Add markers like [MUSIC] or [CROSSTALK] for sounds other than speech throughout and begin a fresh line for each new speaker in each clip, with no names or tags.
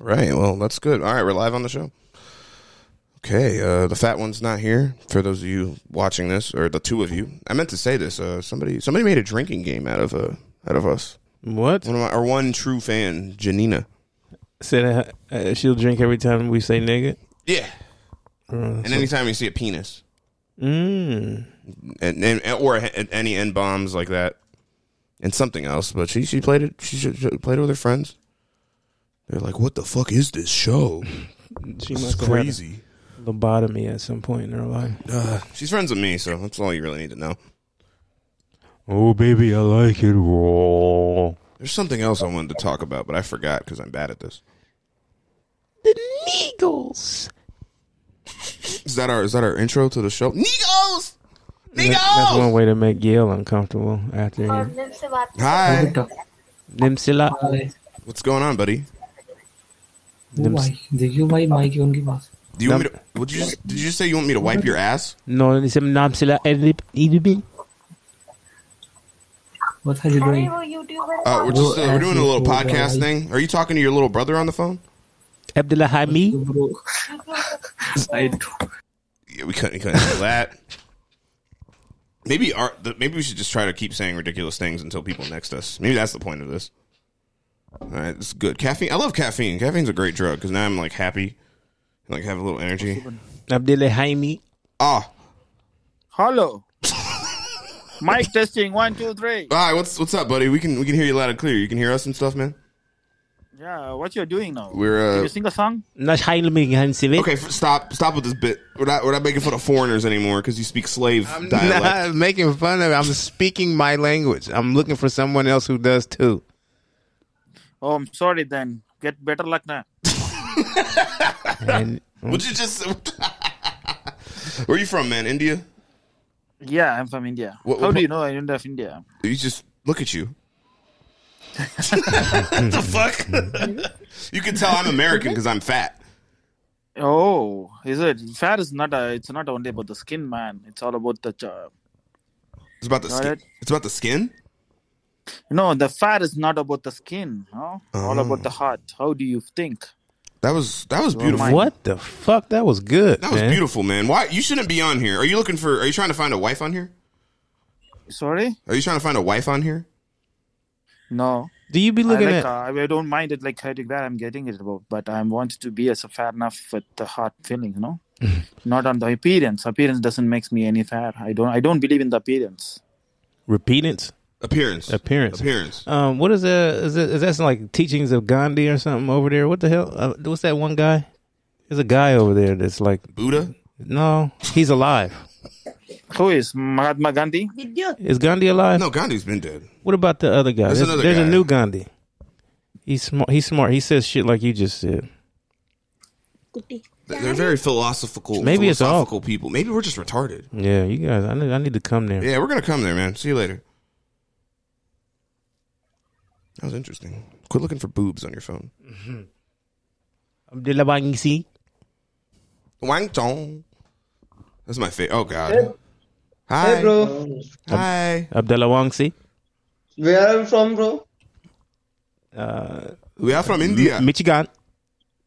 right. Well, that's good. All right, we're live on the show. Okay, uh, the fat one's not here. For those of you watching this, or the two of you, I meant to say this. Uh, somebody, somebody made a drinking game out of uh, out of us.
What?
One of my, our one true fan, Janina.
Said uh, uh, she'll drink every time we say nigga.
Yeah. and anytime you see a penis,
Mm.
and, and and- or a- any n bombs like that, and something else. But she she played it. She, she played it with her friends. They're like, "What the fuck is this show?
She
It's
must have had
crazy."
a lobotomy at some point in her life.
Uh, she's friends with me, so that's all you really need to know.
Oh, baby, I like it raw.
There's something else I wanted to talk about, but I forgot because I'm bad at this.
The Neagles.
Is that our is that our intro to the show? Nigos,
That- that's one
Nigos.
way to make Gail uncomfortable after
और
him.
निम से बात
Hi,
Them sila.
what's going on, buddy?
भाई देखियो भाई
हाँ।
Mike है उनके पास
Do you want me to? Would you just, did you just say you want me to wipe your ass?
No, ni sem nam sila edip idubin.
What are you
अरे
doing
वो YouTuber
Uh, we're just uh, we're doing a little podcast thing. Are you talking to your little brother on the phone?
Abdullah Hami.
[LAUGHS] Bro I don't
Yeah, we couldn't, we couldn't do that. Maybe our, the, maybe we should just try to keep saying ridiculous things until people next us. Maybe that's the point of this. All right, it's good. Caffeine. I love caffeine. Caffeine's a great drug because now I'm like happy, and, like have a little energy.
Abdullah Hami.
Ah, [LAUGHS]
Hello. Mic testing one two three.
all right. What's what's up, buddy? We can we can hear you loud and clear. You can hear us and stuff, man.
Yeah, what you're doing now?
We're, uh,
Did you sing a song?
Nash Hailmig Hansivet.
Okay, f- stop stop with this bit. We're not we're not making fun of foreigners anymore because you speak slave dialect.
Not [LAUGHS] making fun of it. I'm speaking my language. I'm looking for someone else who does too.
Oh, I'm sorry. Then get better luck now.
And
Would you just? [LAUGHS] Where you from, man? India?
Yeah, I'm from India.
What-
How
what-
do you know I'm India of India?
You just look at you. [LAUGHS] what the fuck? [LAUGHS] you can tell I'm American because I'm fat.
Oh, is it? Fat is not. A, it's not only about the skin, man. It's all about the. Ch-
It's about the
Got
skin.
it.
It's about the skin.
no, the fat is not about the skin. No, all
Oh.
about the heart. How do you think?
That was that was beautiful.
my-
what the fuck? That was good.
That was
man.
beautiful, man. Why you shouldn't be on here? Are you looking for? Are you trying to find a wife on here?
Sorry.
Are you trying to find a wife on here?
No,
Do you be
I,
looking
like,
at?
uh, I don't mind it like hurting that I'm getting it about, but I want to be as a fat enough with the heart feeling, you
[LAUGHS]
know, not on the appearance. Appearance doesn't make me any fat. I don't. I don't believe in the appearance.
Repentance.
Appearance.
Appearance.
Appearance.
Um, what is that? Is, it, is that some, like teachings of Gandhi or something over there? What the hell? Uh, what's that one guy? There's a guy over there that's like,
Buddha.
no, he's alive.
Who is Mahatma Gandhi?
Is Gandhi alive?
No, Gandhi's been dead.
What about the other guy?
There's
There's,
another
there's
guy.
a new Gandhi. He's smart. He's smart. He says shit like you just said.
They're very philosophical.
Maybe it's all-
philosophical people. Maybe we're just retarded.
Yeah, you guys. I need. I need to come there.
Yeah, we're gonna come there, man. See you later. That was interesting. Quit looking for boobs on your phone.
Abdullah Bangsi.
Wang Chong. That's my favorite. Oh God. Hi.
Hey bro,
Hi.
Abdullah Wangsi.
where are you from, bro?
We are from India.
Michigan.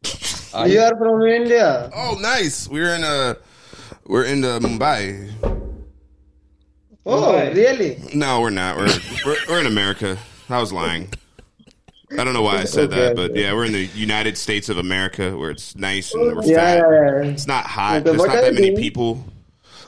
you are from India.
Oh, nice. We're in uh We're in uh, Mumbai.
Oh, really?
No, we're not. We're, we're we're in America. I was lying. I don't know why I said that, but yeah, we're in the United States of America, where it's nice and we're
Yeah,
fat.
yeah, yeah.
It's not hot.
Okay,
There's
what
not
are
that
you
many
doing?
people.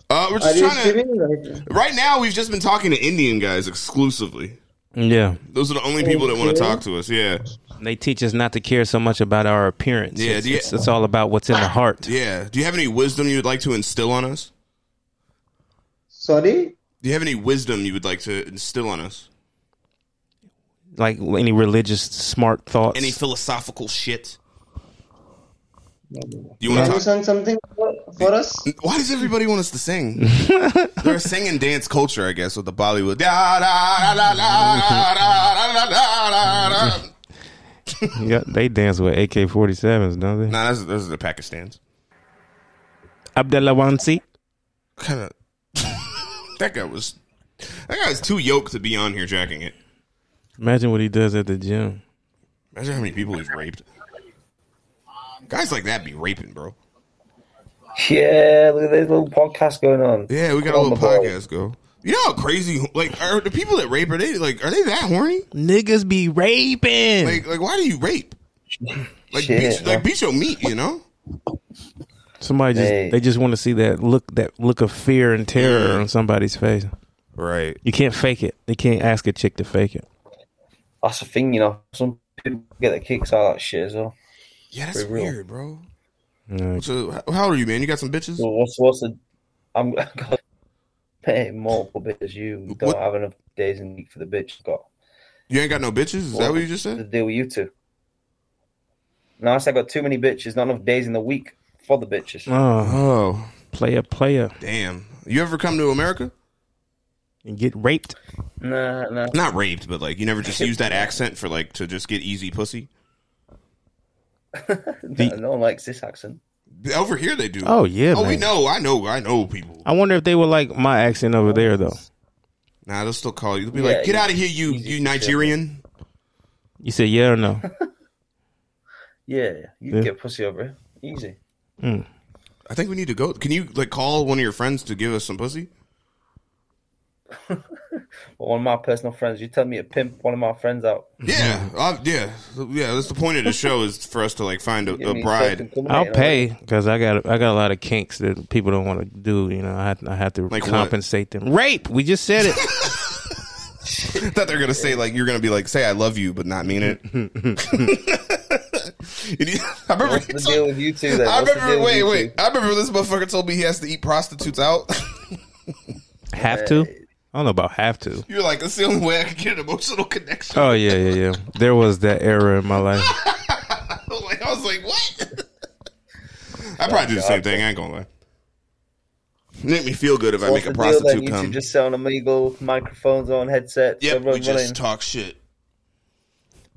Uh, we're
Are
just
you
trying to.
streaming right?
Right now, we've just been talking to Indian guys exclusively.
Yeah,
Those are the only people that want to talk to us. Yeah,
they teach us not to care so much about our appearance.
Yeah,
it's,
yeah.
it's, it's all about what's in the heart.
yeah. Do you have any wisdom you would like to instill on us?
Sorry.
Do you have any wisdom you would like to instill on us?
Like any religious smart thoughts.
Any philosophical shit? Do you want
Can you
to talk?
send something for, for us?
Why does everybody want us to [LAUGHS] sing? They're a sing and dance culture, I guess, with the Bollywood. Da, da, da, da, da, da, da, da, da, da.
yeah, they dance with AK-47s, don't they?
Nah, that's, those are the Pakistans.
Abdullah Wansi.
Kind of. [LAUGHS] that guy was. That guy was too yoked to be on here jacking it.
Imagine what he does at the gym.
Imagine how many people he's raped. Guys like that be raping, bro.
Yeah, look at this little podcast going on.
Yeah, we got a
On
little
the ball.
podcast, go. You know how crazy like are the people that rape are they like are they that horny?
Niggas be raping.
Like like why do you rape? Like
Shit,
beat, like beat your meat, you know?
Somebody just
Hey.
they just want to see that look that look of fear and terror on somebody's face.
Right.
You can't fake it. They can't ask a chick to fake it.
That's the thing, you know. Some people get their kicks out of that shit as well.
Yeah, that's
Pretty real.
weird, bro.
Yeah.
So h- how old are you, man? You got some bitches?
So what's what's the? I'm [LAUGHS] I got pay multiple bits as you. You don't
What-
have enough days in the week for the bitch. you Got
You ain't got no bitches? Is that what you just
the
said?
deal with you two. No, I said I got too many bitches. Not enough days in the week for the bitches.
Oh,
Oh,
player, player,
damn. You ever come to America?
and get raped.
Nah, nah.
Not raped, but like you never just use that accent for like to just get easy pussy.
no, no one likes this accent.
Over here they do.
Oh yeah,
Oh,
man.
we know. I know. I know people.
I wonder if they were like my accent over there though.
Nah, they'll still call you. They'll be
Yeah,
like, "Get
you-
out of here, you
easy
you
to
Nigerian."
You said yeah or
[LAUGHS]
no?
Yeah,
Yeah.
you can get pussy over it. Easy.
I think we need to go. Can you like call one of your friends to give us some pussy?
But one of my personal friends, you tell me to pimp one of my friends out.
Mm-hmm.
Yeah, I- yeah, yeah. That's the point of the show is for us to like find
Get
a, a
me
bride.
self-incriminating
I'll
already.
pay because I got I got a lot of kinks that people don't want to do. You know, I, I have to
Like what?
compensate them. Rape. We just said it.
[LAUGHS] I thought they were gonna say like you're gonna be like say I love you but not mean it. [LAUGHS] And you- I remember.
What's
he
the
told-
deal with you two then?
I
What's the
remember.
deal with
Wait,
you
wait.
two?
I remember this motherfucker told me he has to eat prostitutes out. [LAUGHS]
have to. I don't know about have to.
you're like that's the only way I can get an emotional connection. [LAUGHS]
Oh yeah, yeah, yeah. There was that era in my life.
Like, I was like, what? [LAUGHS] I probably do the same thing. I ain't gonna lie. Make me feel good if I
What's
make
the
a
deal then?
prostitute
You two
come.
just selling illegal microphones on headsets.
Yep, we
everyone running.
just talk shit.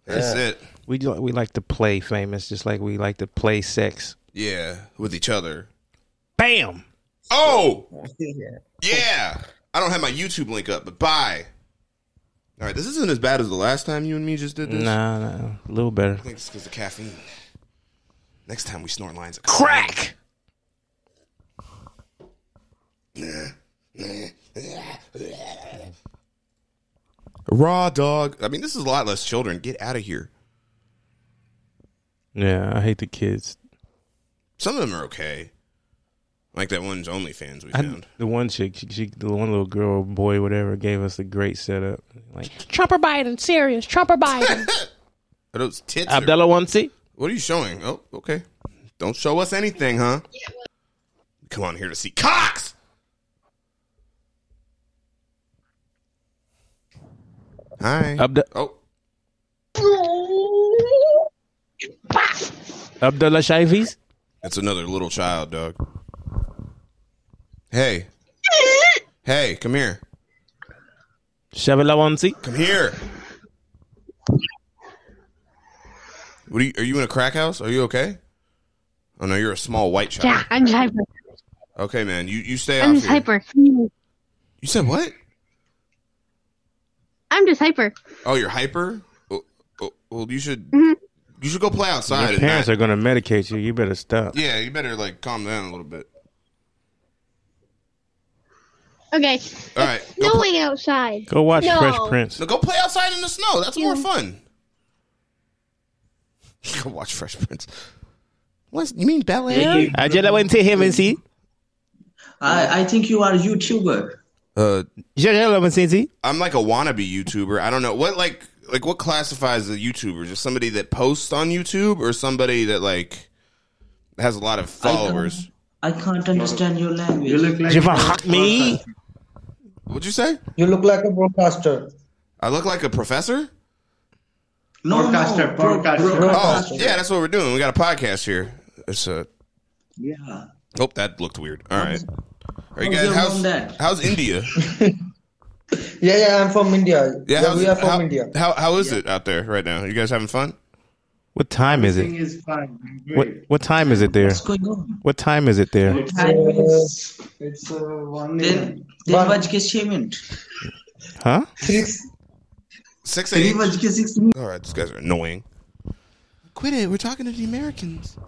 That's
Yeah.
it.
We do- we like to play famous, just like we like to play sex.
Yeah, with each other.
Bam.
Oh
[LAUGHS]
Yeah.
yeah, I don't have my YouTube link up, but bye. All right, this isn't as bad as the last time you and me just did this.
Nah, nah, a little better.
I think it's because of caffeine. Next time we snort lines of
Crack.
Raw dog. I mean, this is a lot less children. Get out of here.
Yeah, I hate the kids.
Some of them are okay. Like that one's OnlyFans we
I- [LAUGHS]
found.
the one chick, she, she, the one little girl, or boy, whatever, gave us a great setup. Like Trump or Biden, serious Trump or Biden.
Are those tits? or-
Abdullah Wansi.
what are you showing? Oh, okay. Don't show us anything, huh? Come on here to see Cox. Hi.
Abdu-
oh,
Abdullah Shaifi's.
that's another little child, dog. Hey. Hey, come here.
Shabala Wansi.
Come here. What are you, are you in a crack house? Are you okay? Oh no, you're a small white child.
Yeah, I'm just hyper.
Okay, man. You you stay
I'm
off
just
here.
hyper.
You said what?
I'm just hyper.
Oh, you're hyper. Oh, oh, well, you should you should go play outside.
Your
and
parents
not-
are gonna medicate you. You better stop.
yeah, you better like calm down a little bit.
Okay.
All right, Uh, go, pl-
Snowing outside.
Go watch
No.
Fresh Prince.
no, go play outside in the snow. That's more fun. [LAUGHS] go watch Fresh Prince. What you mean Bel Air?
I just went to him and see.
I, I think you are YouTuber.
Uh,
Just went to see.
I'm like a wannabe YouTuber. I don't know what like like what classifies a YouTuber. Just somebody that posts on YouTube or somebody that like has a lot of followers.
I can't understand your language.
You look like
You wanna hug me?
What'd you say?
You look like a broadcaster.
I look like a professor.
no, no,
Broadcaster,
bro-
broadcaster.
bro-
Oh,
Oh,
broadcaster.
yeah, that's what we're doing. We got a podcast here. It's a.
yeah.
Oh, that looked weird. All right. Are you
How's
guys
your
how's
mom dad? [LAUGHS]
how's India?
Yeah, yeah, I'm from India.
Yeah, how's,
we are from
how,
India.
How how is it out there right now? You guys having fun?
What time is
Everything
it?
is fine. I'm
What
great.
what time is it there?
What's going on?
What time is it there?
It's,
Time is-
uh, it's uh, one
Then
in-
then
But-
baj ke 6 minute.
Huh?
Six.
Six
3
eight.
baj ke 6 minute.
All right, these guys are annoying. Quit it. We're talking to the Americans.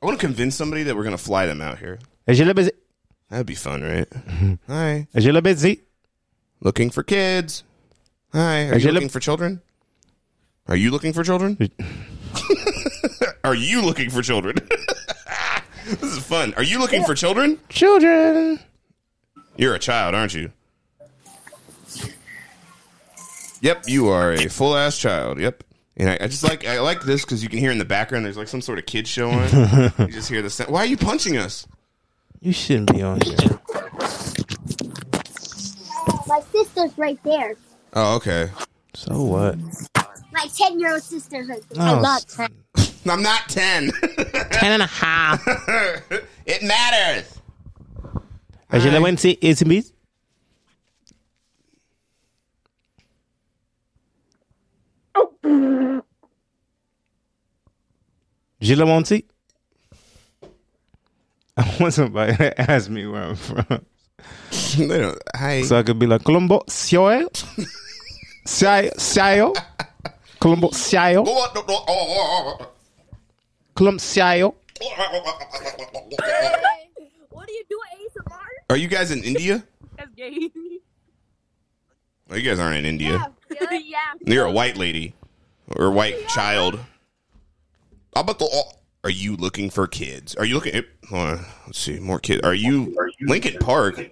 I want to convince somebody that we're gonna fly them out here.
Is you a little busy?
That'd be fun, right? [LAUGHS] Hi,
Is you a little busy?
looking for kids. Hi, are
Are you
you
look-
looking for children? Are you looking for children? [LAUGHS] are you looking for children? [LAUGHS] this is fun. Are you looking for children?
Children.
You're a child, aren't you? Yep, you are a full ass child. Yep. And I, I just like I like this because you can hear in the background there's like some sort of kid show on. you just hear the sound. Why are you punching us?
You shouldn't be on here.
Uh, My sister's right there.
Oh, okay.
So what?
My 10 year old sister's right there. I
Oh,
love
s-
her.
I'm not ten. [LAUGHS]
Ten and a half.
it matters. [LAUGHS]
Is you a little busy? Is it busy? Gila Monty? [LAUGHS] I want somebody to ask me where I'm from.
they don't. Hi.
So I could be like, Colombo, Sioe? Sioe? Colombo, Sioe? Colombo, Sioe?
What do you do at ASMR?
Are you guys in India?
That's gay.
Oh, you guys aren't in India.
[LAUGHS] yeah. yeah.
You're a white lady or a white child. How about the? oh, Are you looking for kids? Are you looking? eh, Hold on, let's see more kids. Are you Lincoln Park?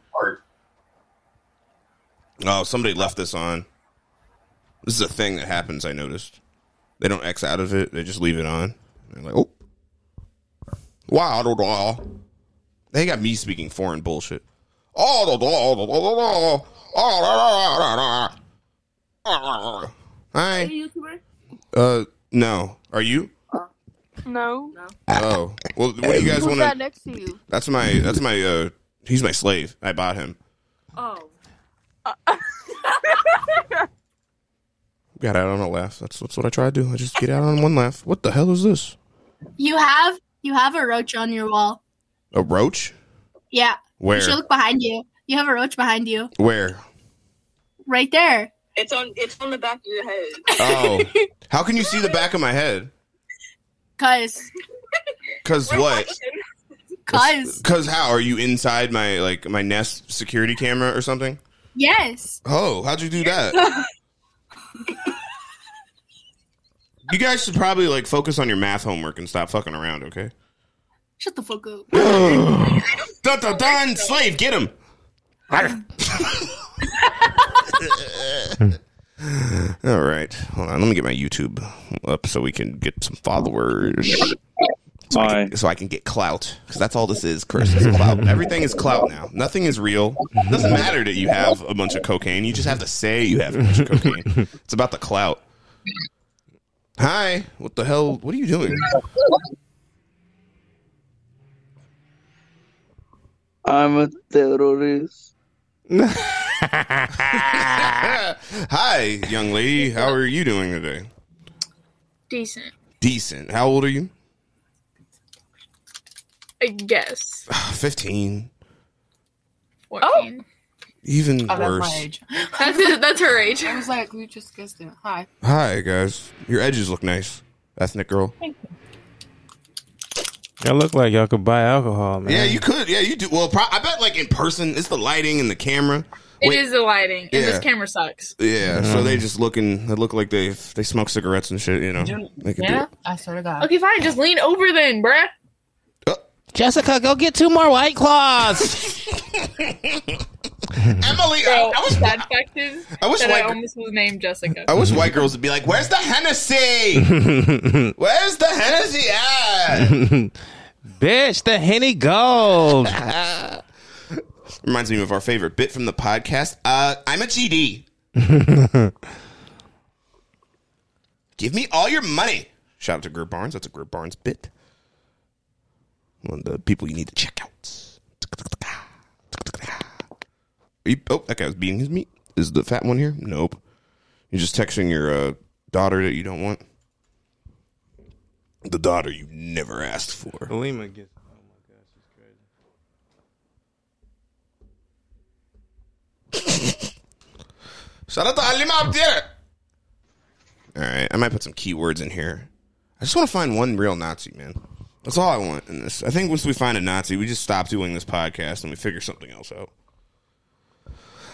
Oh, somebody left this on. This is a thing that happens. I noticed. They don't X out of it. They just leave it on. They're like, oh, wow, da, da. they got me speaking foreign bullshit. Oh, da, da, da, da, da, da. Oh, da, da, da, da, da.
Are
Hi.
you a YouTuber?
Uh, no. Are you?
No. no.
Oh. Well, what do you guys
Who's
want
that
to?
next to you?
That's my. That's my. Uh, he's my slave. I bought him.
Oh.
Got out on a laugh. That's that's what I try to do. I just get out on one laugh. What the hell is this?
You have you have a roach on your wall.
A roach?
Yeah.
Where?
You should look behind you. You have a roach behind you.
Where?
Right there.
It's on it's on the back of your head.
[LAUGHS]
Oh. How can you see the back of my head?
Cause
Cause what?
cause
Cause how? Are you inside my like my Nest security camera or something?
yes.
Oh, how'd you do that? you guys should probably like focus on your math homework and stop fucking around, okay?
Shut the fuck up.
[SIGHS] Dun, dun, dun, slave, get him. [LAUGHS] All right, hold on. Let me get my YouTube up so we can get some followers,
Hi.
so I can get clout. Because that's all this is, Chris. Is clout. Everything is clout now. Nothing is real. It doesn't matter that you have a bunch of cocaine. You just have to say you have a bunch of cocaine. It's about the clout. Hi, what the hell? What are you doing?
I'm a terrorist.
[LAUGHS] Hi, young lady. How are you doing today?
Decent.
Decent. How old are you?
I guess.
[LAUGHS] Ah, 15.
14. Oh,
Even worse.
[LAUGHS] That's that's her age.
was like, we just guessed it. Hi.
Hi, guys. Your edges look nice, ethnic girl.
Y'all look like y'all could buy alcohol, man.
Yeah, you could. Yeah, you do. Well, pro- I bet like in person, it's the lighting and the camera.
It
Wait.
is the lighting. And
Yeah.
this camera sucks.
Yeah, so they just looking. They look like they they smoke cigarettes and shit. You know, they could do it.
I swear to God.
Okay, fine, just lean over then, bruh.
Jessica, go get two more White Claws.
Emily, I,
Bro,
I was
that fact is
I wish
that I
white gr-
almost was named Jessica. [LAUGHS]
I wish white girls would be like, "Where's the Hennessy? Where's the Hennessy at?"
[LAUGHS] Bitch, the Henny Gold.
Reminds me of our favorite bit from the podcast. Uh, I'm a GD. Give me all your money. Shout out to Gert Barnes. That's a Gert Barnes bit. One of the people you need to check out. Are you- oh, that guy was beating his meat. Is the fat one here? Nope. You're just texting your uh, daughter that you don't want. The daughter you never asked for.
Lima gets.
Shout out to Alima Abdir. All right, I might put some keywords in here. I just want to find one real Nazi, man. That's all I want in this. I think once we find a Nazi, we just stop doing this podcast and we figure something else out.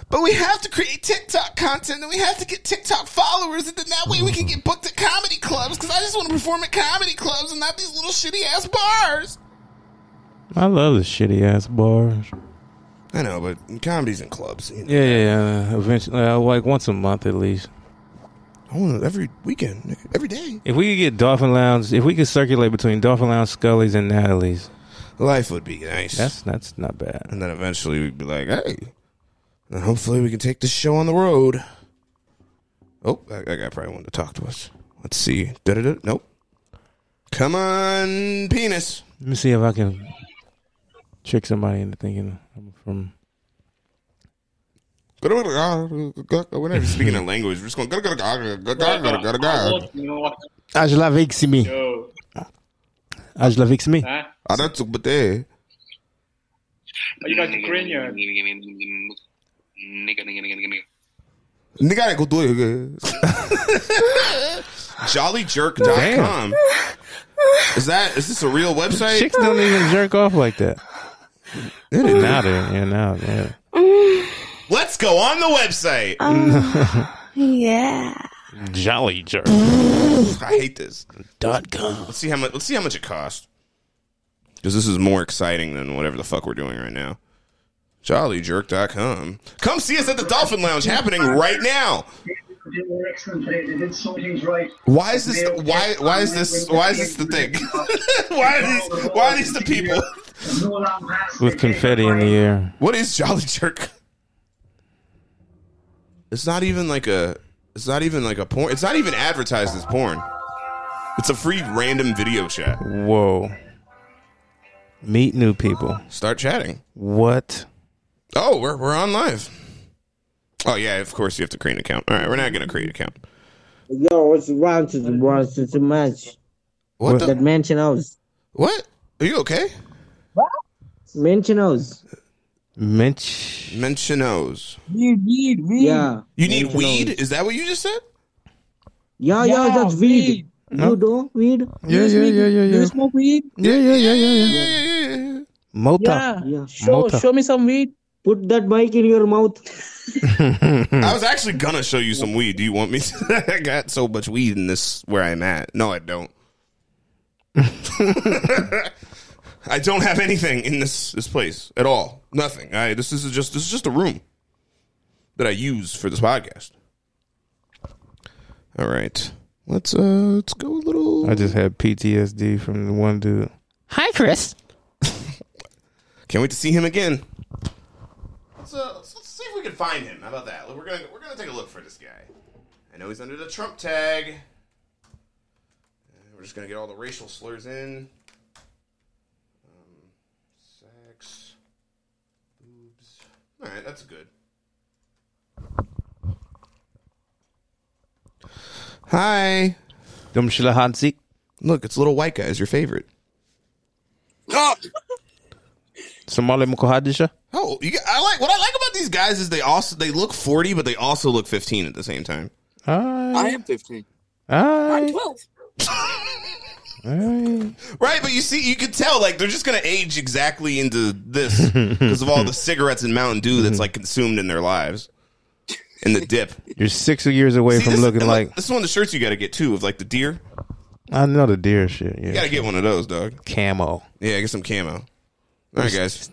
But we have to create TikTok content and we have to get TikTok followers, and then that way we can get booked at comedy clubs because I just want to perform at comedy clubs and not these little shitty ass bars.
I love the shitty ass bars.
I know, but comedy's in clubs. You know.
Yeah, yeah, yeah. Eventually, uh, like once a month at least.
I want it every weekend, nigga, every day.
If we could get Dolphin Lounge, if we could circulate between Dolphin Lounge, Scully's, and Natalie's,
Life would be nice.
That's that's not bad.
And then eventually we'd be like, hey, and hopefully we can take this show on the road. Oh, that, that guy probably wanted to talk to us. Let's see. Da-da-da. Nope. Come on, penis.
Let me see if I can trick somebody into thinking I'm from.
Whenever speaking a language, we're just going.
Angela vexes me.
Yo.
Angela vexes me.
Huh?
I don't but they.
Are you guys Ukrainian?
Nigga,
[LAUGHS]
go do it. Jollyjerk.com. Is that is this a real website?
Chicks don't even jerk off like that. Now they're yeah, now yeah.
Let's go on the website.
yeah.
Jolly jerk.
I hate this.
Dot com.
Let's see how much. Let's see how much it costs. Because this is more exciting than whatever the fuck we're doing right now. JollyJerk.com. Come see us at the Dolphin Lounge happening right now.
They were excellent. They, they did so things right.
Why is this? Why? Why is this? Why is this the thing? [LAUGHS] why are these? Why are these the people?
With confetti in the air.
What is Jolly Jerk? It's not even like a. It's not even like a porn. It's not even advertised as porn. It's a free random video chat.
Whoa. Meet new people.
Start chatting.
What?
Oh, we're we're on live. Oh yeah, of course you have to create an account. All right, we're not gonna create an account.
Yo, what's wrong with the boys? It's too much.
What
That mansion house.
What? Are you okay?
Mansion house.
Mench
Mentionos.
Weed, weed, weed. Yeah.
You need weed? Is that what you just said?
Yeah, yeah, that's weed. You do weed?
Yeah,
You
yeah,
smoke-
yeah, yeah, yeah.
You smoke weed?
Yeah, yeah, yeah, yeah, yeah. Mota.
Yeah. Show,
Mota.
show me some weed. Put that bike in your mouth.
I was actually gonna show you some weed. Do you want me? To? [LAUGHS] I got so much weed in this where I'm at. No, I don't. [LAUGHS] I don't have anything in this this place at all. Nothing. I this is just this is just a room that I use for this podcast. All right, let's uh let's go a little.
[LAUGHS] I just had PTSD from the one dude. Hi, Chris.
Can't wait to see him again. Let's, uh, let's, let's see if we can find him. How about that? We're gonna we're gonna take a look for this guy. I know he's under the Trump tag. We're just gonna get all the racial slurs in. Um, sex, boobs. All right, that's good. Hi.
Dum Schlahanzik.
Look, it's little white guys. Your favorite.
Somali Mukhadisha.
Oh, you, I like what I like about these guys is they also they look forty, but they also look fifteen at the same time. [LAUGHS]
I
am 15.
I'm
12.
Right, but you see, you could tell like they're just gonna age exactly
[LAUGHS]
into this because of all the cigarettes and Mountain Dew that's like consumed in their lives, and
[LAUGHS]
the dip.
You're six years away from
this,
looking
and,
like
this is one of the shirts you got to get too of like the deer.
I know the deer shit.
You
Yeah,
got to get one of those, dog.
camo.
Yeah, get some camo. All right, guys.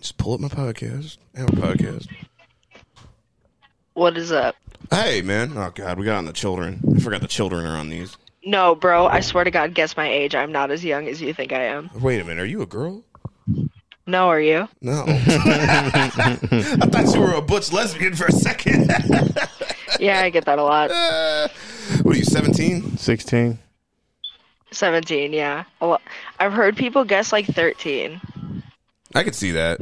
Just pull up my podcast. Our podcast.
What is up?
Hey, man. Oh God, we got on the children. I forgot the children are on these.
No, bro, I swear to God, guess my age. I'm not as young as you think I am.
Wait a minute. Are you a girl?
No, are you?
[LAUGHS]
No. I thought you were a butch lesbian for a second. [LAUGHS]
Yeah, I get that a lot.
what are you, 17?
16.
17, yeah. A lo- I've heard people guess like 13.
I could see that.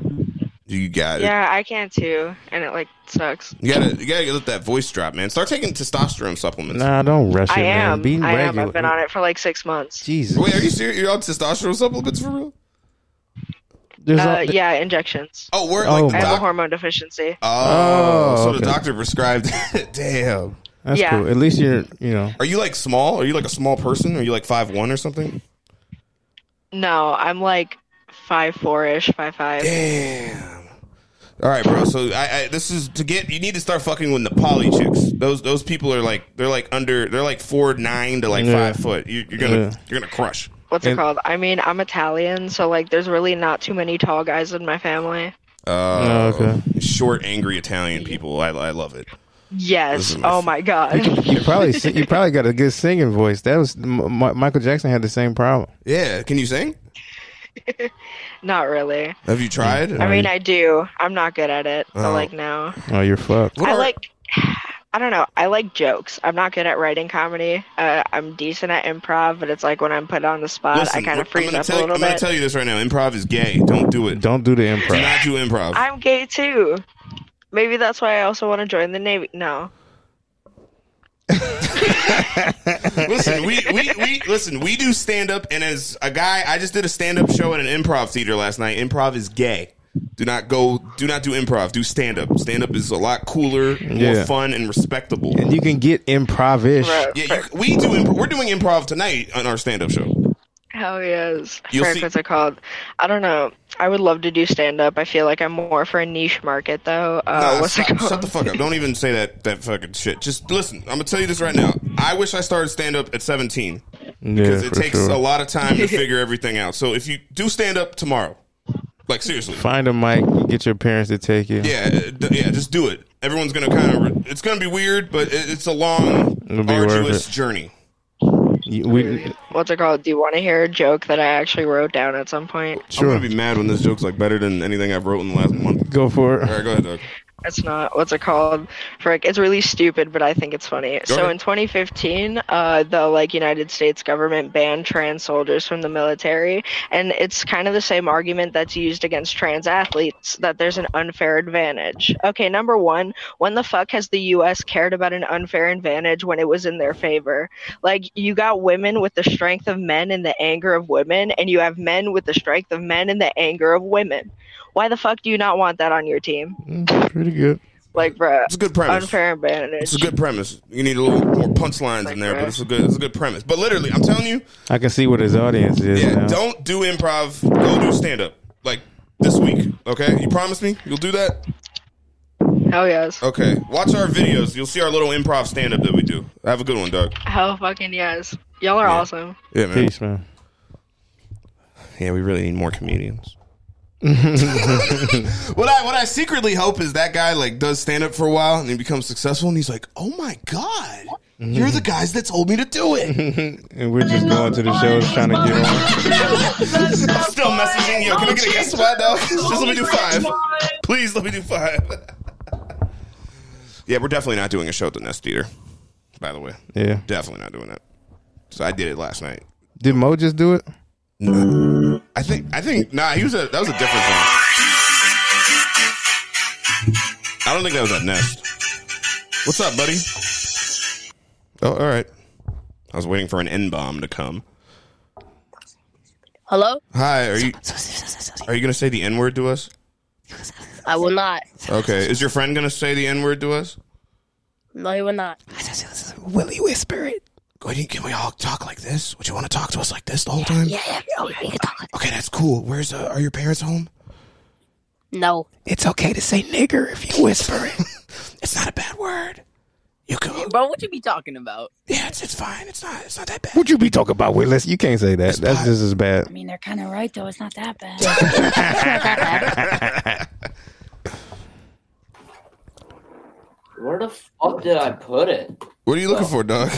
You got it.
Yeah, I can too, and it like sucks.
You gotta, you gotta let that voice drop, man. Start taking testosterone supplements.
Nah, don't rush it,
I am.
man. Be
I am.
regular.
I've been on it for like six months.
Jesus.
Wait, are you serious? You're on testosterone supplements for real?
There's
Uh,
all-
yeah, injections.
Oh, we're
Oh,
like
I have a
doc-
hormone deficiency.
Oh,
Oh,
so the
okay.
doctor prescribed. [LAUGHS] Damn.
That's
Yeah.
cool. At least you're, you know.
Are you like small? Are you like a small person? Are you like five one or something?
No, I'm like five four ish, five five.
Damn. All right, bro. So I, I this is to get. You need to start fucking with Nepali chicks. Those those people are like they're like under they're like four nine to like
Yeah.
five foot. You, you're gonna
Yeah.
you're gonna crush.
What's it
And-
called? I mean, I'm Italian, so like, there's really not too many tall guys in my family.
Uh,
Oh,
Short angry Italian people. I I love it.
Yes.
This is my
Oh
[LAUGHS]
my god.
You probably si- you probably got a good singing voice. That was M- M- Michael Jackson had the same problem.
Yeah. Can you sing?
not really.
Have you tried?
I mean, I do. I'm not good at it. But
Oh.
like, no.
Oh, you're fucked.
I like. [SIGHS] I don't know. I like jokes. I'm not good at writing comedy. Uh, I'm decent at improv, but it's like when I'm put on the spot, I kind
I'm
of freeze
gonna
up a
tell you-
little
I'm gonna
bit.
tell you this right now. Improv is gay. Don't
[LAUGHS]
do it.
Don't do the improv.
Do not do improv.
I'm gay too. Maybe that's why I also want to join the navy. No.
listen, we, we, we listen, we do stand up and as a guy, I just did a stand up show at an improv theater last night. Improv is gay. Do not go do not do improv. Do stand up. Stand up is a lot cooler, more
Yeah.
fun and respectable.
And you can get improv-ish.
Yeah, you, we do imp- we're doing improv tonight on our stand up show.
Hell yes.
You'll
Frick,
see-
what's it called? I don't know. I would love to do stand up. I feel like I'm more for a niche market though. Uh,
Nah,
what's it
stop-
called?
shut the fuck up. Don't even say that that fucking shit. Just listen, I'm gonna tell you this right now. I wish I started stand up at 17 because it
for
takes
sure.
a lot of time to figure everything out. So if you do stand up tomorrow, like seriously,
Find a mic, get your parents to take you.
Yeah, uh, d- yeah, just do it. Everyone's gonna kind of. It's gonna be weird, but it, it's a long,
It'll be worth
arduous
it.
journey.
You- We,
What's it called? Do you want to hear a joke that I actually wrote down at some point?
I'm gonna be mad when this joke's like better than anything I've wrote in the last month.
Go for it.
All right, go ahead, Doug.
It's not what's it called? Frick, it's really stupid, but I think it's funny. so
ahead.
in 2015, uh, the like United States government banned trans soldiers from the military, and it's kind of the same argument that's used against trans athletes that there's an unfair advantage. Okay, number one, when the fuck has the U.S. cared about an unfair advantage when it was in their favor? Like you got women with the strength of men and the anger of women, and you have men with the strength of men and the anger of women. Why the fuck do you not want that on your team?
Mm, pretty good.
Like, bruh.
It's a good premise.
Unfair advantage.
It's a good premise. You need a little more punchlines in there, but it's a good, it's a good premise. But literally, I'm telling you,
I can see what his audience is.
yeah,
now.
don't do improv. Go do stand up like this week. Okay, you promise me you'll do that.
Hell yes.
Okay, watch our videos. You'll see our little improv stand up that we do. Have a good one, Doug.
Hell fucking yes. Y'all are awesome.
Yeah, man.
Peace, man.
Yeah, we really need more comedians. what I what I secretly hope is that guy like does stand up for a while and he becomes successful and he's like, oh my god, you're the guys that told me to do it.
and we're just going to the shows trying to get on.
Still messaging yo, can I get a guess what though? Just let me do five, please. Let me do five. yeah, we're definitely not doing a show at the Nest Theater. By the way,
Yeah.
definitely not doing that. So I did it last night.
Did Mo just do it?
No. I think I think nah. He was a that was a different thing. I don't think that was at Nest. What's up, buddy? Oh, all right. I was waiting for an N bomb to come.
Hello?
Hi, are you are you gonna say the N word to us?
I will not.
Okay, is your friend gonna say the N word to us?
No, you will not.
Will you whisper it? Can we all talk like this? Would you want to talk to us like this the whole time? Yeah, yeah, Okay, that's cool. Where's uh, are your parents home?
No.
It's okay to say nigger if you whisper it. [LAUGHS] it's not a bad word.
Bro, what you be talking about?
Yeah, it's, it's fine. It's not it's not that bad.
What you be talking about, Witless? You can't say that. That's just as bad.
I mean, they're kind of right though. It's not that bad.
Where the fuck did I put it?
What are you looking for, Doug?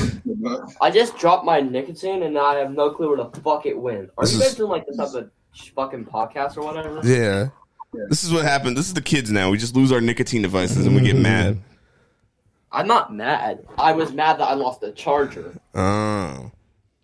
I just dropped my nicotine and I have no clue where the fuck it went. Are
This
you guys
is-
doing like this type of sh- fucking podcast or whatever?
Yeah. This is what happened. This is the kids now. We just lose our nicotine devices and we [LAUGHS] get mad.
I'm not mad. I was mad that I lost the charger.
Oh.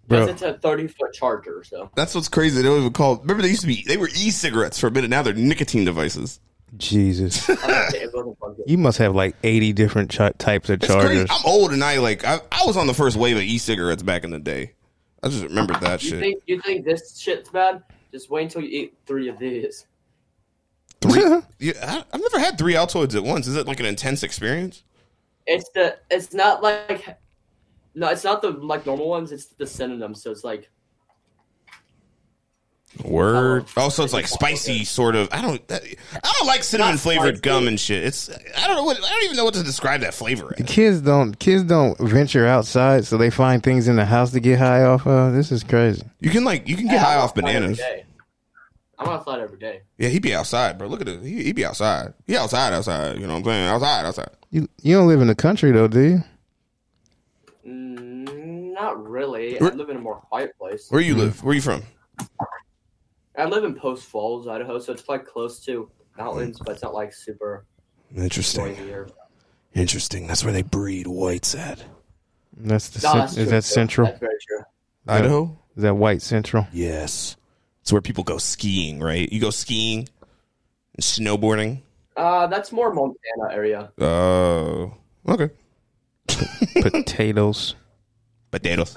Because
Bro,
it's a 30 foot charger, so.
that's what's crazy. They don't even call. Remember, they used to be they were e-cigarettes for a minute. Now they're nicotine devices.
[LAUGHS] Jesus.
[LAUGHS]
it wasn't fun.
You must have like 80 different ch- types of
It's crazy.
[LAUGHS] chargers.
I'm old and I like I, I was on the first wave of e-cigarettes back in the day. I just remembered that
You
shit.
think, you think this shit's bad? Just wait until you eat three of these.
Three? yeah, I, I've never had three Altoids at once. Is it like an intense experience?
It's the it's not like no, it's not the like normal ones. It's the synonyms. So it's like
Word. Also, Oh, it's like spicy, sort of. I don't. I don't like cinnamon flavored gum and shit. It's. I don't know what. I don't even know what to describe that flavor. As.
The kids don't kids don't venture outside, so they find things in the house to get high off of. This is crazy.
You can like you can get high off bananas.
Every day. I'm outside every day.
Yeah, he be outside, bro. Look at it. He, he be outside. He outside, outside. You know what I'm saying? Outside, outside.
You you don't live in the country though, do you?
Mm, Not really.
Where-
I live in a more quiet place.
Where you live? Where you from?
I live in Post Falls, Idaho, so it's like close to mountains, but it's not like super
Interesting.
noisy or
Interesting. That's where they breed whites at.
That's the
No,
cen-
that's true,
is that
too.
central?
That's very true.
Is that-
Idaho.
Is that white central?
Yes. It's where people go skiing, right? You go skiing, and snowboarding.
Uh, that's more Montana area.
Oh, okay.
[LAUGHS] Potatoes.
Potatoes.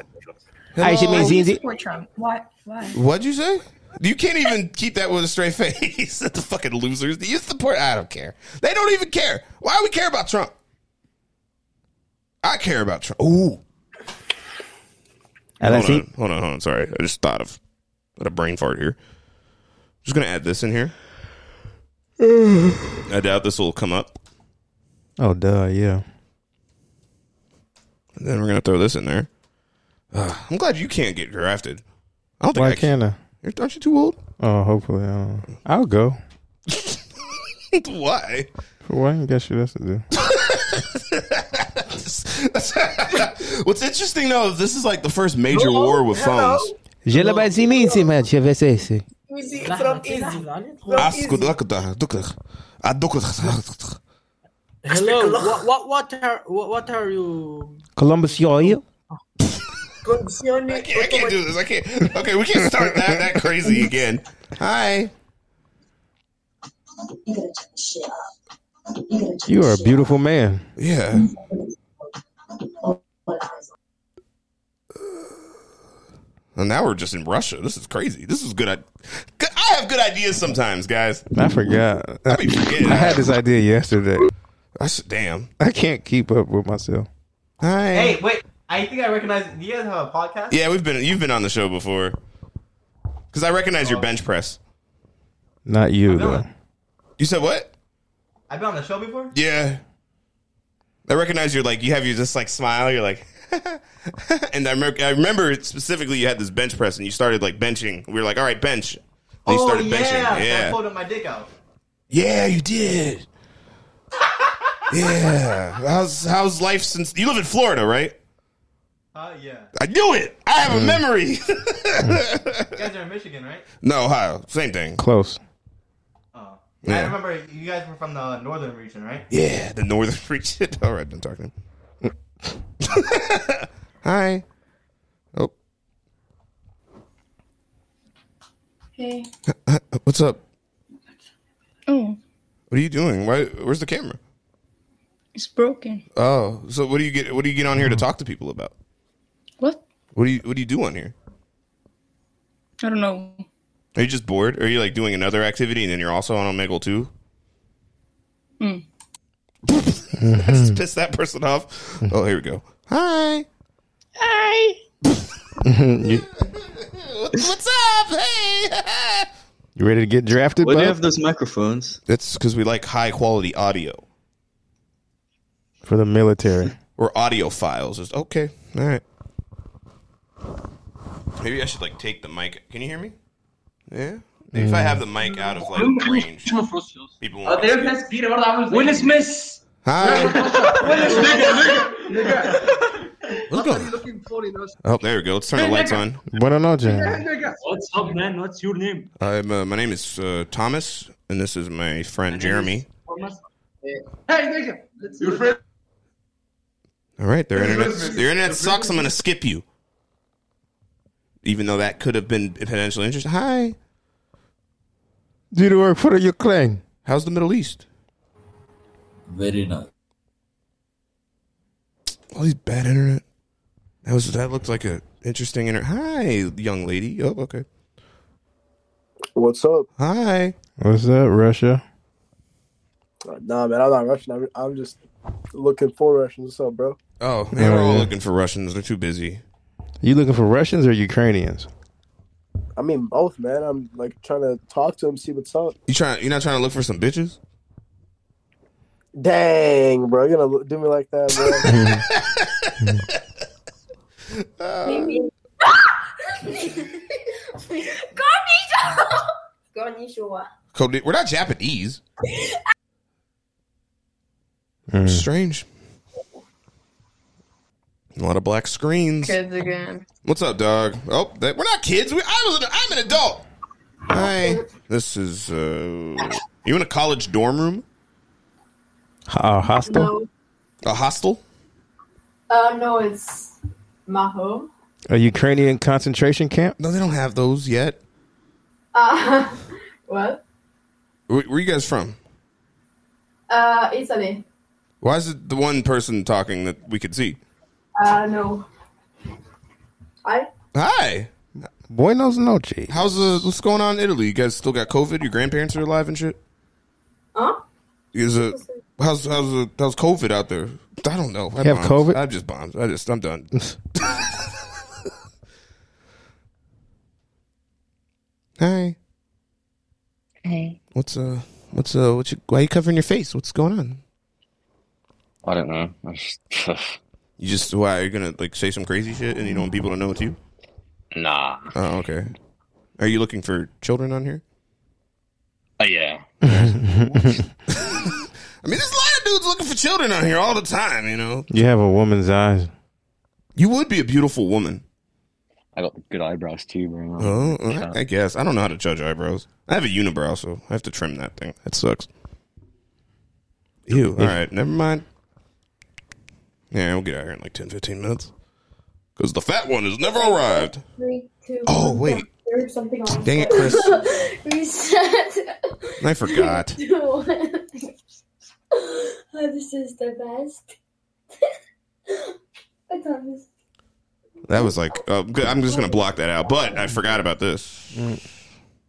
Hi, she means easy.
Poor Trump. Why? Why?
What'd you say? You can't even keep that with a straight [LAUGHS] face. the fucking losers. You support. I don't care. They don't even care. Why do we care about Trump? I care about Trump. Ooh.
I
Hold
like
on, hold on, hold on. Sorry, I just thought of had a brain fart here. Just gonna add this in here. [SIGHS] I doubt this will come up.
Oh duh, yeah.
And then we're gonna throw this in there. [SIGHS] Ah, I'm glad you can't get drafted. I don't think
Why
I can.
can't I?
Aren't you too old? [LAUGHS]
Oh, hopefully. I don't know. I'll go.
Why? [LAUGHS]
Why ain't got shit else to do?
What's interesting though, this is like the first major war with phones.
Je la basi minsi ma chavese.
Easy from easy.
Ah,
From easy.
skudakda, dukdah. Ah, dukdah.
Hello. What, what what are what, what are you?
Columbus yo
Oh,
I can't, I can't do this. I can't. Okay, we can't start that that crazy again. Hi.
You are a beautiful man.
Yeah. And now we're just in Russia. This is crazy. This is good. I, I have good ideas sometimes, guys.
I forgot. I,
forgetting.
had this idea yesterday.
I s- damn.
I can't keep up with myself. Hi.
Hey, wait. I think I recognize. Do you guys have a podcast?
Yeah, we've been you've been on the show before. Because I recognize your bench press.
Not you though.
You said what?
I've been on the show before.
Yeah. I recognize you're like you have your just like smile. You're like, [LAUGHS] and I, remember, I remember specifically you had this bench press and you started like benching. We were like, all right, bench. And you
oh
started
yeah,
benching.
I
Yeah,
pulled up my dick out.
yeah, you did. yeah. How's how's life since you live in Florida, right?
Uh, yeah.
I knew it. I have a
Mm.
memory. [LAUGHS]
You guys are in Michigan, right?
no, Ohio, same thing.
Close.
Oh. I
Yeah.
remember you guys were from the northern region, right?
Yeah, the northern [LAUGHS] region. All right, I'm talking. [LAUGHS] Hi. Oh,
Hey.
what's up?
Oh,
What are you doing? Why? Where's the camera?
it's broken.
Oh, so what do you get? What do you get on here to talk to people about?
What?
What do you What do you do on here?
I don't know.
Are you just bored? Or are you like doing another activity and then you're also on Omegle too? [LAUGHS]
Mm.
I just pissed that person off. Oh, here we go. Hi. [LAUGHS]
Hi.
you,
What's up? Hey. [LAUGHS]
you ready to get drafted?
Why do you
bud?
have
those microphones?
That's because we like high quality audio
For the military.
or audio files. It's- okay. All right. Maybe I should like take the mic. Can you hear me? Yeah. Maybe if I have the
Mm.
mic out of like range, people
Uh,
won't.
there's this Peter. What I was Will Smith.
Hi.
What
are you
looking for in us?
Oh, there we go. Let's turn the lights on.
Buenas noches. [LAUGHS]
What's up, man? What's your name?
I'm, uh, my name is uh, Thomas, and this is my friend Jeremy.
Hey, nigga. Your friend.
All right, their internet, their internet sucks. I'm going to skip you, even though that could have been potentially interesting. Hi,
Do the work for the Ukraine.
how's the Middle East?
Very nice.
All these bad internet. That was that looked like a interesting internet. Hi, young lady. Oh, okay.
What's up?
Hi.
What's up, Russia?
Nah, man, I'm not rushing. I'm, I'm just looking for Russians. What's up, bro?
Oh, man, we're all
yeah.
looking for Russians. They're too busy.
You looking for Russians or Ukrainians?
I mean, both, man. I'm like trying to talk to him, see what's up.
You trying? You're not trying to look for some bitches?
Dang, bro, you're gonna do me like that, bro?
Konnichiwa! Konnichiwa.
Cody, we're not Japanese. Hmm. Strange. A lot of black screens.
Kids again.
What's up, dog? Oh, that, we're not kids. We, I was. An, I'm an adult. Hi. This is. Uh, you in a college dorm room?
Uh, hostile.
No.
A hostel?
Uh, no, it's my home.
A Ukrainian concentration camp?
No, they don't have those yet.
Uh, [LAUGHS] what?
Where, where you guys from?
Uh, Italy.
Why is it the one person talking that we could see?
Uh, no.
[LAUGHS]
I?
Hi.
Buenos noches.
How's uh, what's going on in Italy? You guys still got COVID? Your grandparents are alive and shit.
Huh?
Is it how's how's uh, how's COVID out there? I don't know. I
You have
bombed.
COVID?
I just bombed. I just I'm done. [LAUGHS] Hi.
Hey.
What's uh what's uh what you why you covering your face? What's going on?
I don't know. I just,
You just why are you gonna like say some crazy shit and you don't want people to know it's you?
nah.
Oh, okay. Are you looking for children on here?
Oh, yeah.
I mean, there's a lot of dudes looking for children on here all the time. You know,
You have a woman's eyes.
you would be a beautiful woman.
I got good eyebrows too, bro.
Oh, I, I guess I don't know how to judge eyebrows. I have a unibrow, so I have to trim that thing. That sucks. Ew. All right, never mind. Yeah, we'll get out of here in like 10, 15 minutes. Because the fat one has never arrived.
Three, two,
Oh, wait.
There's something on.
Dang it,
[LAUGHS]
Chris.
[LAUGHS] Reset.
I forgot.
[LAUGHS] Oh,
this is the best. I thought this.
That was like, uh, good. I'm just going to block that out. But I forgot about this.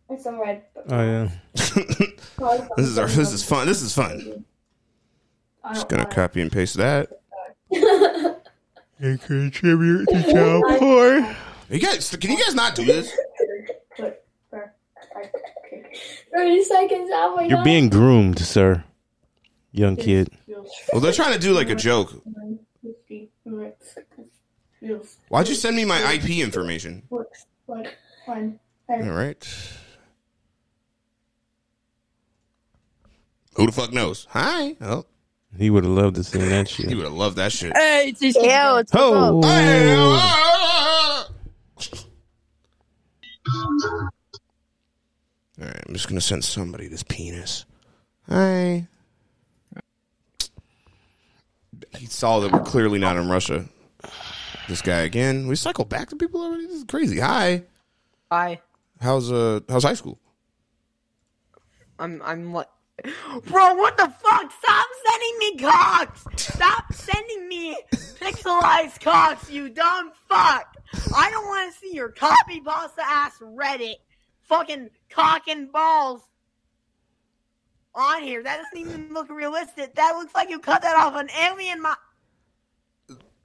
It's alright.
Oh yeah.
[LAUGHS] This is our. This is fun. This is fun. Just going to copy and paste that.
And contribute to
child
porn.
You guys, can you guys not do this?
Thirty seconds. Oh my
You're being groomed, sir. Young kid.
Well, they're trying to do like a joke. Why'd you send me my IP information? All right. Who the fuck knows? Hi. Oh,
He would have loved to see that
you
shit.
would have loved that shit.
Hey, it's just
Oh.
All right, I'm just gonna send somebody this penis. Hi. He saw that we're clearly not in Russia. This guy again. We cycle back to people already. This is crazy. Hi.
Hi.
How's uh how's high school?
I'm. I'm like. Bro, what the fuck? Stop sending me cocks! Stop sending me pixelized cocks, you dumb fuck! I don't want to see your copy pasta ass Reddit fucking cock and balls on here. That doesn't even look realistic. That looks like you cut that off an alien. Mo-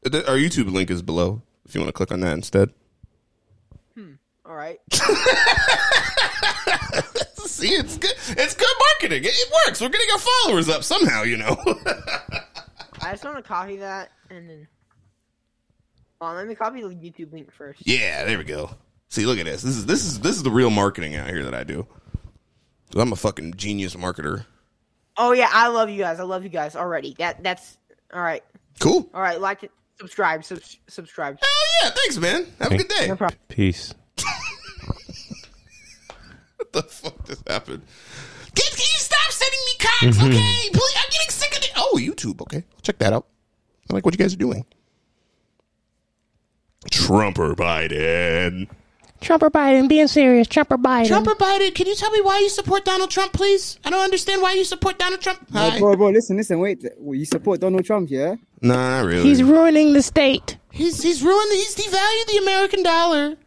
Uh, Th- Our YouTube link is below if you want to click on that instead. [LAUGHS]
All right.
See, it's good. It's good marketing. It, it works. We're getting our followers up somehow, you know. [LAUGHS]
I just want to copy that and then. Hold on, let me copy the YouTube link first.
yeah, there we go. See, look at this. This is this is this is the real marketing out here that I do. So I'm a fucking genius marketer.
Oh yeah, I love you guys. I love you guys already. That that's all right.
Cool. Oh,
All right, like it, subscribe, sub- subscribe.
Yeah, thanks, man. Have a good day.
Peace.
[LAUGHS] What the fuck just happened? Can, can you stop sending me cocks? Okay, please. I'm getting sick of it. Oh, YouTube. Okay, check that out. I like what you guys are doing. Trump or Biden?
Trump or Biden? Being serious, Trump or Biden?
Trump or Biden, can you tell me why you support Donald Trump, please? I don't understand why you support Donald Trump.
Bro,
Hi.
bro, bro, listen, listen, wait. You support Donald Trump, yeah?
No, not really.
He's ruining the state.
He's he's ruined. He's devalued the American dollar.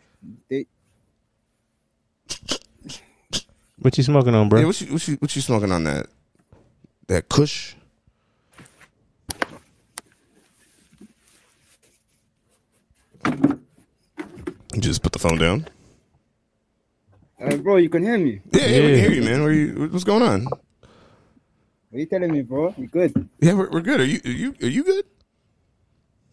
What you smoking on, bro?
Yeah, what you, what you what you smoking on that? That Kush. You just put the phone down.
Uh, bro, you can hear me.
Yeah, yeah, we can hear you, man. Where you, what's going on?
What are you telling me, bro? You good?
Yeah, we're, we're good. Are you are you are you good?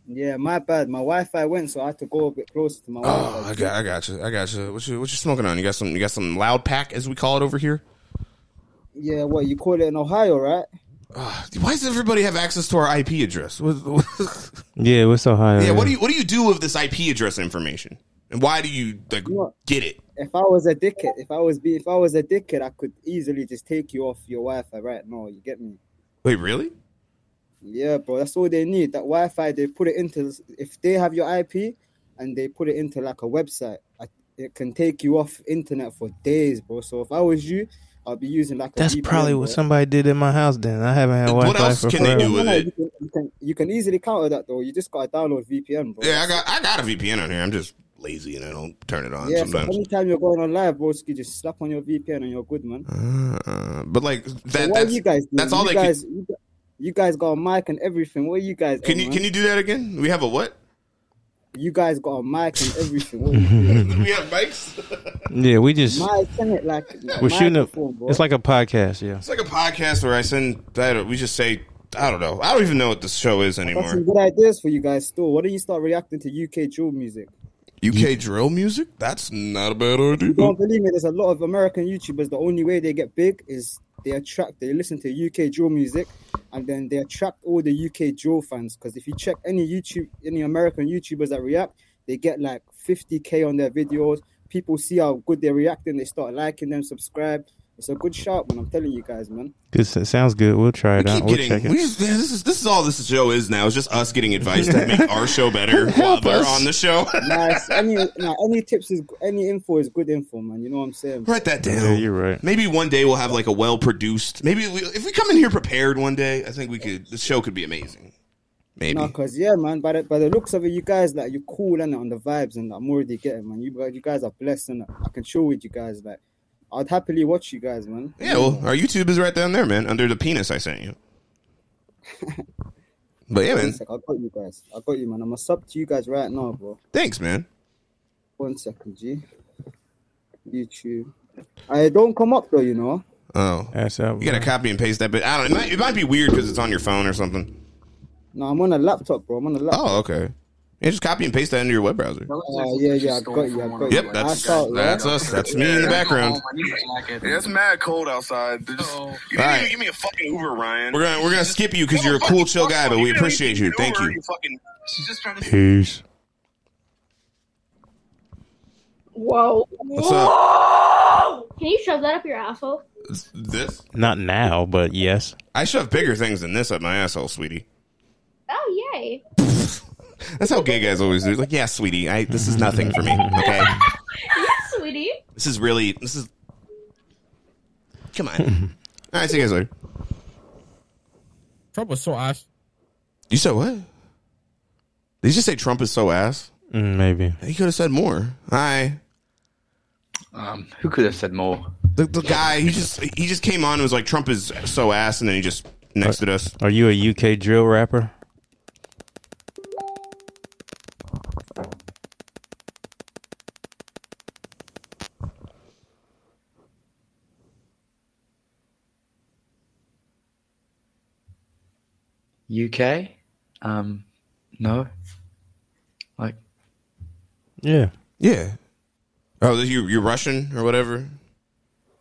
Yeah, my bad. My Wi-Fi went, so I had to go a bit closer to my
Oh, I got I got you. I got you. What you what you smoking on? You got some you got some loud pack as we call it over here.
Yeah, what you call it in Ohio, right?
Why does everybody have access to our IP address? What- what-
Yeah, we're so high.
Uh, yeah, what do you what do you do with this IP address information? And why do you like get it?
If I was a dickhead, if I was be, if I was a dickhead, I could easily just take you off your Wi-Fi right now. You get me?
Wait, really?
Yeah, bro. That's all they need. That Wi-Fi, they put it into. If they have your IP, and they put it into like a website, I, it can take you off internet for days, bro. So if I was you, I'd be using like.
That's
a VPN,
probably
bro.
what somebody did in my house. Then I haven't had Wi-Fi for forever.
do
No,
with
no,
it?
You can, you can you can easily counter that though. You just gotta download VPN, bro.
Yeah, I got I got a VPN on here. I'm just lazy and I don't turn it on
Yeah, so
sometimes.
anytime you're going on live, bro, you just slap on your VPN and you're good, man.
Uh, but like that,
what are
that's
you guys doing?
that's all
you
they
guys,
can.
you gu- you guys got a mic and everything. What are you guys?
Can
on,
you
man?
can you do that again? We have a what?
You guys got a mic and everything.
[LAUGHS]
What are you doing?
[LAUGHS] we have mics.
Yeah, we just
mic, isn't it? Like
we're shooting up.
microphone, bro.
It's like a podcast. Yeah,
It's like a podcast where I send that we just say I don't know. I don't even know what this show is
I got
anymore.
some good ideas for you guys. Still, why don't you start reacting to UK drill music?
UK drill music? That's not a bad idea.
You don't believe me? There's a lot of American YouTubers. The only way they get big is they attract. They listen to UK drill music, and then they attract all the UK drill fans. Because if you check any YouTube, any American YouTubers that react, they get like 50k on their videos. People see how good they're reacting. They start liking them, subscribe. It's a good shout, man. I'm telling you guys, man.
this it sounds good. We'll try it out. We'll
Getting,
check it.
we just, man, this is this is all this show is now. It's just us getting advice to make our show better while
Help
they're
us.
on the show. [LAUGHS]
nice. Any, nah, any tips is any info is good info, man. You know what I'm saying?
Write that down. you're right. Maybe one day we'll have like a well produced. Maybe we, if we come in here prepared one day, I think we could. The show could be amazing. Maybe.
No, cause yeah, man. By the by, the looks of it, you guys like you cool and on the vibes, and I'm already getting, man. You guys- you guys are blessed, and I can show with you guys. Like, I'd happily watch you guys, man.
Yeah. Well, our YouTube is right down there, man. Under the penis I sent you. but yeah,
One
man.
sec, I got you guys. I got you, man. I'm a sub to you guys right now, bro.
Thanks, man.
One second, G. YouTube. I don't come up though, you know.
Oh,
that's up.
You gotta copy and paste that, but I don't. It might, it might be weird because it's on your phone or something.
No, I'm on a laptop, bro. I'm on a laptop.
Oh, okay. Yeah, just copy and paste that into your web browser.
Oh, yeah, yeah, I got you. I got you.
Yep, that's
I saw it, yeah.
that's us. That's me in the background.
Yeah, it's mad cold outside. Just, you
All
didn't
right.
even give me a fucking Uber, Ryan.
We're gonna we're gonna skip you because you're a cool, chill guy, but we appreciate you. Thank you. Peace.
Whoa.
What's up?
Can you shove that up your asshole?
This?
Not now, but yes.
I shove bigger things than this up my asshole, sweetie.
Oh, yay.
That's how gay guys always do. Like, yeah, sweetie, I this is nothing for me. Okay,
yes, sweetie.
this is really this is. Come on.
[LAUGHS]
All right, see you guys later.
Trump was so ass.
You said what? Did you just say Trump is so ass?
Mm, maybe
he could have said more. Hi.
Um, who could have said more?
The, the guy he just he just came on and was like Trump is so ass, and then he just nexted us.
Are you a UK drill rapper?
UK? Um, no. Like,
Yeah.
Yeah. Oh, you you're Russian or whatever.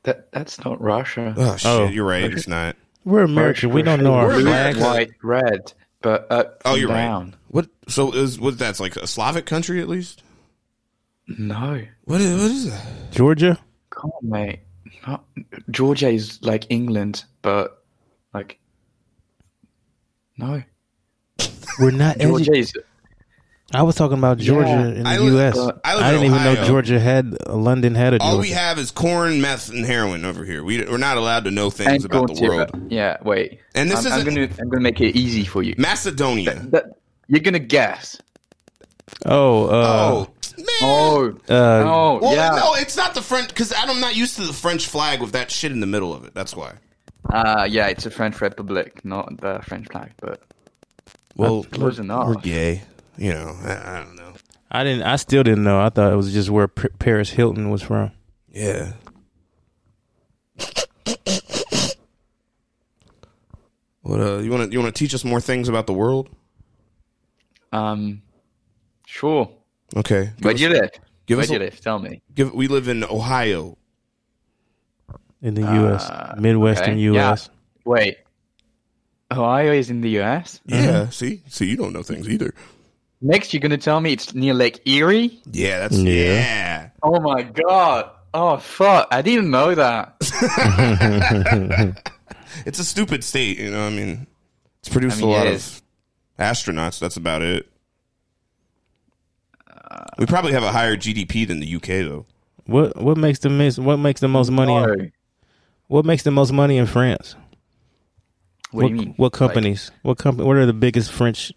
that that's not Russia.
Oh shit, you're right.
[LAUGHS]
It's not.
We're American. We don't know our flags.
White, red, but up
Oh,
and
you're
down.
right. What? So is what? That's like a Slavic country at least.
No.
What is, what is that?
Georgia?
Come on, mate. Not, Georgia is like England, but like, no.
We're not.
Georgia
edu-
is
I was talking about Georgia
Yeah.
in the
I live-
U.S.
uh,
I live
I
in
didn't even
Ohio.
know Georgia had uh, London had a Georgia.
All we have is corn, meth, and heroin over here. We, we're not allowed to know
And
things about the
Georgia.
world.
Yeah, uh, wait.
And this
I'm, I'm
isn't-
gonna I'm gonna make it easy for you.
Macedonia.
you're gonna guess.
oh, uh,
Oh.
Uh,
no.
Well,
yeah.
no, it's not the French because I'm not used to the French flag with that shit in the middle of it. That's why.
Uh, yeah, it's a French republic, not the French flag, but
Well,
that's close
we're,
enough.
we're gay. You know, I, I don't know.
I didn't. I still didn't know. I thought it was just where P- Paris Hilton was from.
Yeah. What uh, you want to you want to teach us more things about the world?
Um, sure.
Okay.
Where do you live?
Give
Where
us
do you
a-
live? Tell me.
Give we live in Ohio.
In the U.S., Midwestern
Uh, Okay, yeah.
U.S.
Wait. Ohio is in the U.S.
Yeah. See, see, you don't know things either.
Next, you're gonna tell me it's near Lake Erie.
Yeah, that's
Yeah.
yeah.
Oh my god. Oh fuck! I didn't know that.
It's a stupid state, you know. I mean, it's produced
I mean,
a lot
it
of
is.
astronauts. That's about it. we probably have a higher GDP than the UK, though.
What What makes the mis- What makes the most money? In, what makes the most money in France?
What do you mean?
What companies? what company? What are the biggest French?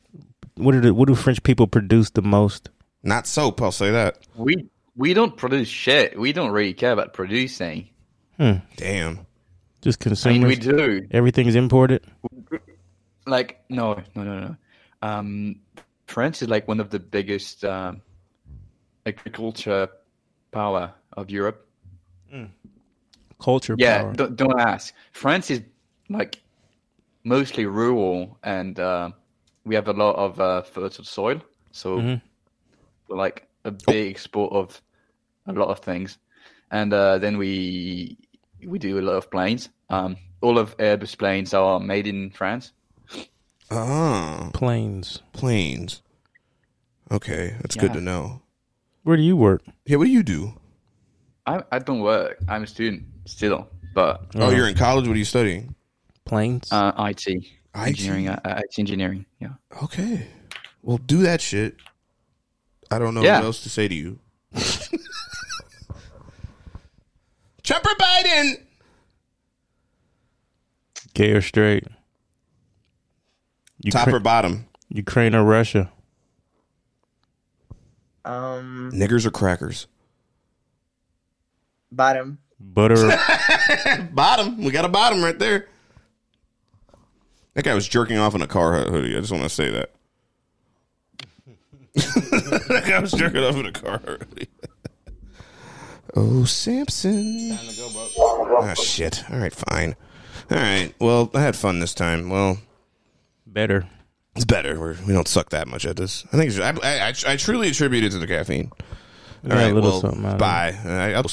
What are the, What do French people produce the most?
Not soap. I'll say that.
We we don't produce shit. We don't really care about producing.
Hmm.
Damn.
Just
I
consumers.
mean, we do.
Everything's imported.
Like no, no, no, no. Um, France is like one of the biggest um, agriculture power of Europe.
Culture.
yeah,
Power.
Don't, don't ask. France is like mostly rural, and uh, we have a lot of uh, fertile soil, so
Mhm.
we're like a big export of a lot of things, and uh, then we we do a lot of planes. Um, all of Airbus planes are made in France.
Oh,
planes.
Planes. Okay, that's good
Yeah.
to know.
Where do you work?
Yeah, what do you do?
I I don't work. I'm a student still, but
Oh, you're in college. What are you studying?
planes.
Uh, IT, engineering, uh, IT engineering. Yeah.
Okay. Well, do that shit. I don't know
Yeah.
what else to say to you. [LAUGHS] Trumper Biden.
Gay or straight?
[LAUGHS]
Top or bottom?
Ukraine or Russia?
Um,
Niggers or crackers?
bottom.
[LAUGHS]
Butter.
bottom. We got a bottom right there. That guy was jerking off in a car ho- hoodie. I just want to say that. [LAUGHS] that guy was jerking off in a car hoodie. oh, Samson. Time to go, Ah, shit. All right, fine. All right. Well, I had fun this time. Well,
better.
It's better. We're, we don't suck that much at this. I think it's, I, I, I truly attribute it to the caffeine.
We
All
got a
right.
little
Well,
something out of it.
bye. I, I'll